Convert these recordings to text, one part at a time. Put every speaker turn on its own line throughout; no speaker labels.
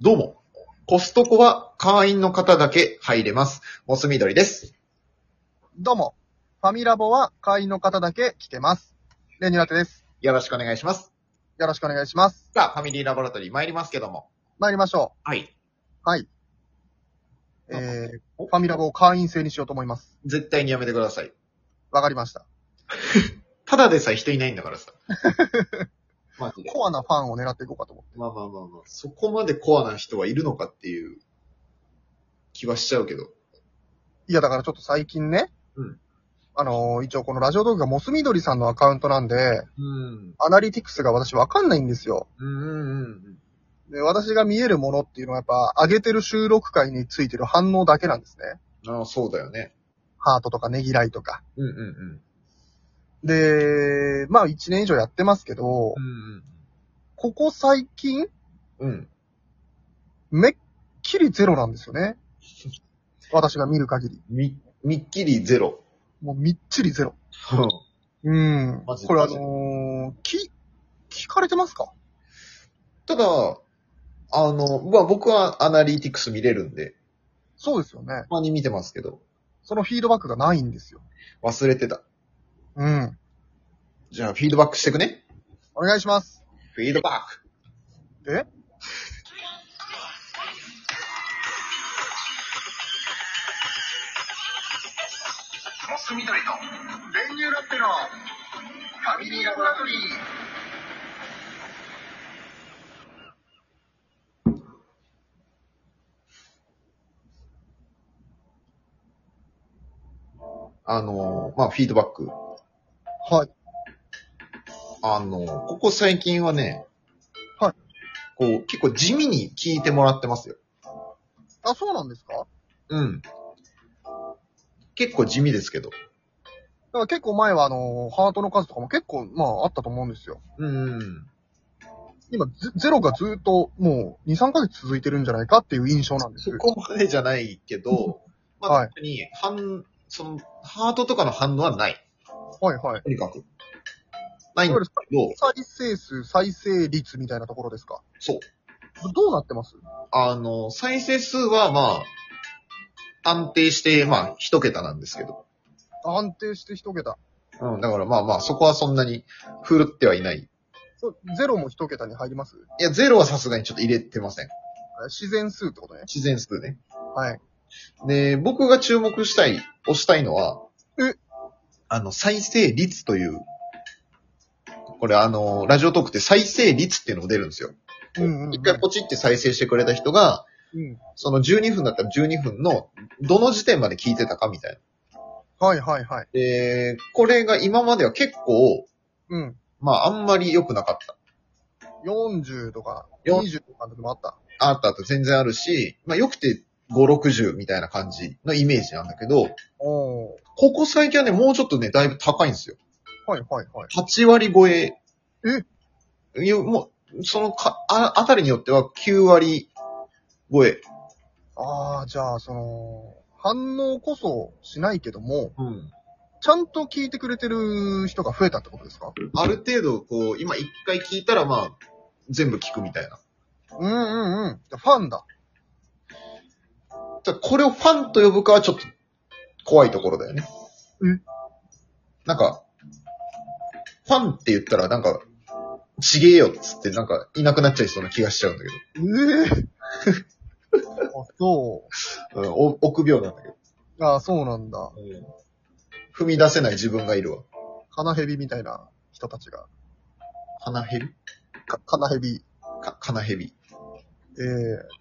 どうも。コストコは会員の方だけ入れます。モス緑です。
どうも。ファミラボは会員の方だけ来てます。レニュラテです。
よろしくお願いします。
よろしくお願いします。
さあ、ファミリーラボラトリー参りますけども。
参りましょ
はい。
う。えー、
お
ファミラボを会員制にしようと思います。
絶対にやめてください。
わかりました。
ただでさえ人いないんだからさ。 マジで。
コアなファンを狙っていこうかと思
まあまあまあまあ。そこまでコアな人はいるのかっていう気はしちゃうけど。
う。いや、だからちょっと最近ね。
うん
あのー一応このラジオ動画がモスミドリさんのアカウントなんで、
うん。
アナリティクスが私わかんないんですよ。
うんうんうん。
で、私が見えるものっていうのはやっぱ、上げてる収録回についてる反応だけなんですね。
ああ、そうだよね。
ハートとかねぎらいとか。
うんうんうん。
で、まあ1年以上やってますけど
う、ん
ここ最近、
うん。うん。
めっきりゼロなんですよね。私が見る限り。
み、みっきりゼロ。
もうみっちりゼロ。うん。
マジで
これあのー、き、聞かれてますか
ただ、あの、まあ、僕はアナリティクス見れるんで、
そうですよね。
たまに見てますけど、
そのフィードバックがないんですよ。
忘れてた。
うん。
じゃあ、フィードバックしてくね。
お願いします。
フィードバック。
え
モス緑と練乳ラッテのファミリーラボラトリー。
あの、まあ、フィードバック。
はい。
あの、ここ最近はね、
はい。
こう、結構地味に聞いてもらってますよ。
あ、そうなんですかだか
うん。結構地味ですけど。
ら結構前はあのーハートの数とかも結構、まああったと思うんですよ。
うん。
今、ゼゼロがずっともう2、3ヶ月続いてるんじゃないかっていう印象なんです
そ。こまでじゃないけど、まあ、
はい
特に、反、その、ハートとかの反応はない。
はいはい。
とにかく。ないいん
わゆ
だ
る
けど、
再生数、再生率みたいなところですか
そう。
どうなってます
あの、再生数はまあ、安定して、まあ、一桁なんですけど。
安定して一桁。
うん、だからまあまあ、そこはそんなに振るってはいない。い
そうゼロも一桁に入ります
や、ゼロはさすがにちょっと入れてません。
あ自然数ってことね。
自然数ね。
はい。
で、僕が注目したい、押したいのは、
え
あの、再生率という、これあの、ラジオトークって再生率っていうのも出るんですよ。
うんうん、うん。
一回ポチって再生してくれた人が、
うん。
その12分だったら12分の、どの時点まで聞いてたかみたいな。
はいはいはい。
で、これが今までは結構、
うん。
まあ、あんまり良くなかった。
40とか、
よ
20とかの時もあった。
あったあった全然あるし、まあ、良くて5、60みたいな感じのイメージなんだけど、
おー。
ここ最近はね、もうちょっとね、だいぶ高いんですよ。
はいはいはい。
8割超え。
え
いうもう、そのか、あ、あたりによっては9割超え。
ああ、じゃあ、その、反応こそしないけども、
うん。
ちゃんと聞いてくれてる人が増えたってことですか
ある程度、こう、今1回聞いたら、まあ、全部聞くみたいな。
うんうんうん。じゃあファンだ。
ただこれをファンと呼ぶかはちょっと怖いところだよね。
うん
なんか、ファンって言ったらなんか、ちげえよっつってなんかいなくなっちゃいそうな気がしちゃうんだけ
ええあ、そ
ど。うん、お臆病なんだけど、
う。ああ、そうなんだ。
踏み出せない自分がいるわ。
花蛇みたいな人たちが。
花ヘビ
か、花蛇。
か、金ヘビ。
ええ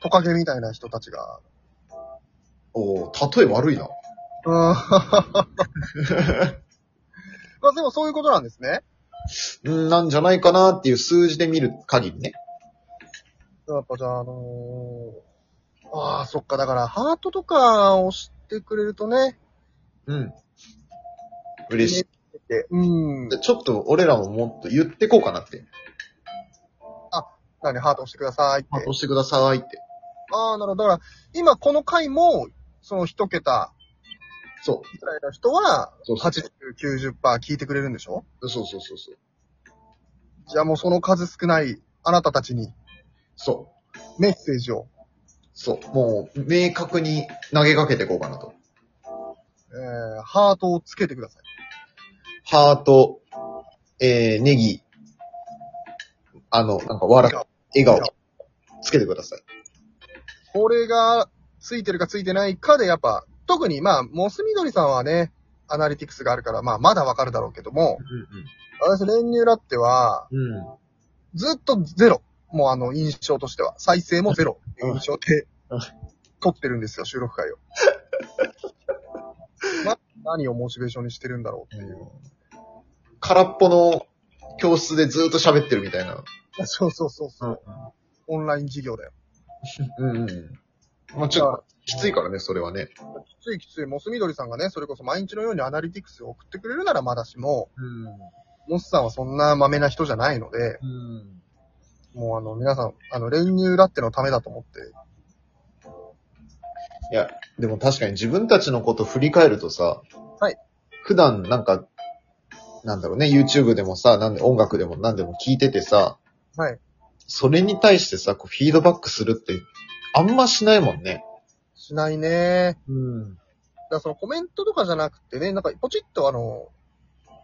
トカゲみたいな人たちが。
おー、例え悪いな。
うん まあでもそういうことなんですね。
うんなんじゃないかなっていう数字で見る限りね。
やっぱじゃあ、あのー、ああ、そっか、だからハートとか押してくれるとね、
うん。嬉しい。
うん。
でちょっと俺らももっと言ってこうかなって。
何、ハート押してくださいって。
あ、押してくださいって。
ああ、なるほど。だから、今この回も、その一桁
そう。
ぐらいの人は、
そうそう
80、90%聞いてくれるんでしょ
そうそうそうそう。
じゃあもうその数少ないあなたたちに、
そ
メッセージを。
そう。もう、明確に投げかけていこうかなと。
えー、ハートをつけてください。
ハート、えー、ネギ、あの、なんか笑っ、笑顔、つけてください。
これがついてるかついてないかでやっぱ、特にまあ、モス緑さんはね、アナリティクスがあるから、まあ、まだわかるだろうけども、私、練乳ラッテは、
うんうん。うん。
ずっとゼロ。もうあの、印象としては。再生もゼロ。印象で
うん、
撮ってるんですよ、収録回を。ま、何をモチベーションにしてるんだろうっていう。
空っぽの教室でずっと喋ってるみたいな。
そうそうそうそう。オンライン授業だよ。
うんうん。まあちょっと、きついからね、それはね。
きついきつい、モス緑さんがね、それこそ毎日のようにアナリティクスを送ってくれるならまだしも、モスさんはそんな豆な人じゃないので、
うん。
もうあの、皆さん、あの、練乳ラッテのためだと思って、
いや、でも確かに自分たちのこと振り返るとさ、
はい。
普段なんか、なんだろうね、YouTube でもさ、なんで音楽でも何でも聞いててさ、
はい。
それに対してさ、こうフィードバックするって、あんましないもんね。
しないね。
うん。
だからそのコメントとかじゃなくてね、なんかポチッとあの、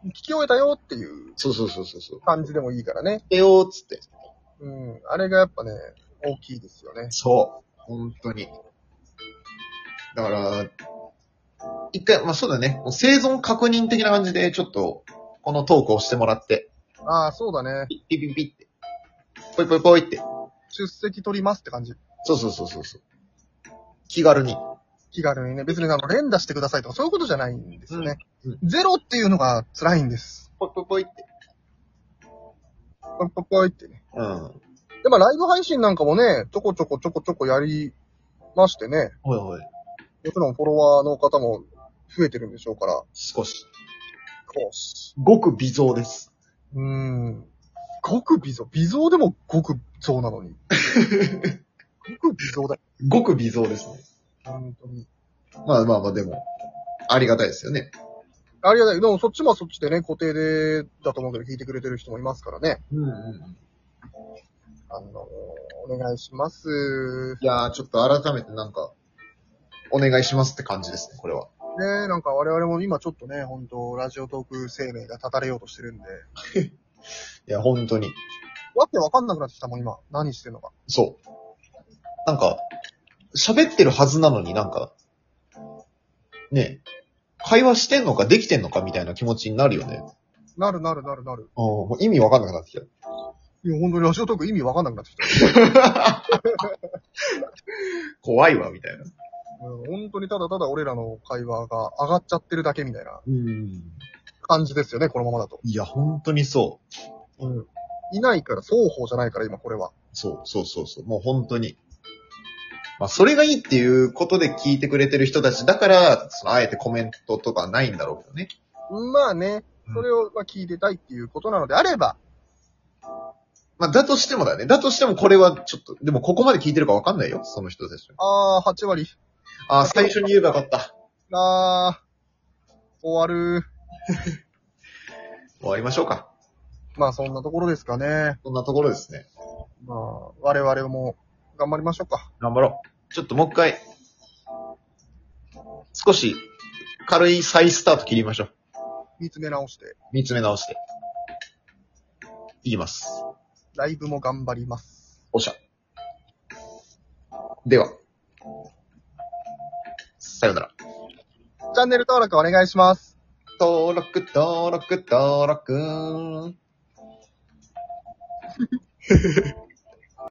聞き終えたよっていう
そうそうそうそうそう。
感じでもいいからね。
えよーっつって。
うん。あれがやっぱね、大きいですよね。
そう。本当に。だから、一回、まあそうだね、もう生存確認的な感じで、ちょっと、このトークをしてもらって、
ああ、そうだね。
ピッピッピッピッって、ポイポイポイって、
出席取りますって感じ。
そうそうそうそうそう。気軽に。
気軽にね。別にあの、連打してくださいとかそういうことじゃないんですよね。
うん
ゼロっていうのが辛いんです。
ポイポイポイって。
ポイポイポイってね。
うん。はい
で、まあライブ配信なんかもね、ちょこちょこちょこちょこやりましてね、
はい。
もちろんフォロワーの方も増えてるんでしょうから、
少し。
こうし。
ごく微増です。
うーん。ごく微増。微増でもごく増なのに。ごく微増だよ。
ごく微増ですね。
本当に。
まあまあまあ、でも、ありがたいですよね。
ありがたい。でもそっちもそっちでね、固定で、だと思うけど聞いてくれてる人もいますからね。
うんうん。
あのお願いします。
いやー、ちょっと改めてなんか、お願いしますって感じですね、これは。
ねなんか我々も今ちょっとね、本当ラジオトーク生命が立たれようとしてるんで、
いや、本当に。
わけわかんなくなってきたもん、今。何してんのか。
そう。なんか、喋ってるはずなのになんか、ねえ、会話してんのかできてんのかみたいな気持ちになるよね。
なるなるなるなる。
あーもう意味わかんなくなってきた。
いや、本当にラジオトーク意味わかんなくなってきた。
怖いわ、みたいな。
うん本当にただただ俺らの会話が上がっちゃってるだけみたいな
うん。
感じですよね、このままだと。
いや、本当にそう。
うん。いないから、双方じゃないから、今これは。
そう、そうそうそう。もう本当に。まあ、それがいいっていうことで聞いてくれてる人たちだから、そのあえてコメントとかないんだろうけどね。
まあね、それをまあ聞いてたいっていうことなのであれば、
まあ、だとしてもだね。だとしてもこれはちょっと、でもここまで聞いてるかわかんないよ、その人たち。
あー、8割。
ああ、最初に言えばよかった。
あー、終わる。
終わりましょうか。
まあそんなところですかね。
そんなところですね。
まあ、我々も頑張りましょうか。
頑張ろう。ちょっともう一回、少し軽い再スタート切りましょう。
見つめ直して、
見つめ直して。言います。
ライブも頑張ります。
おっしゃ。では。さよなら。
チャンネル登録お願いします。
登録、登録、登録。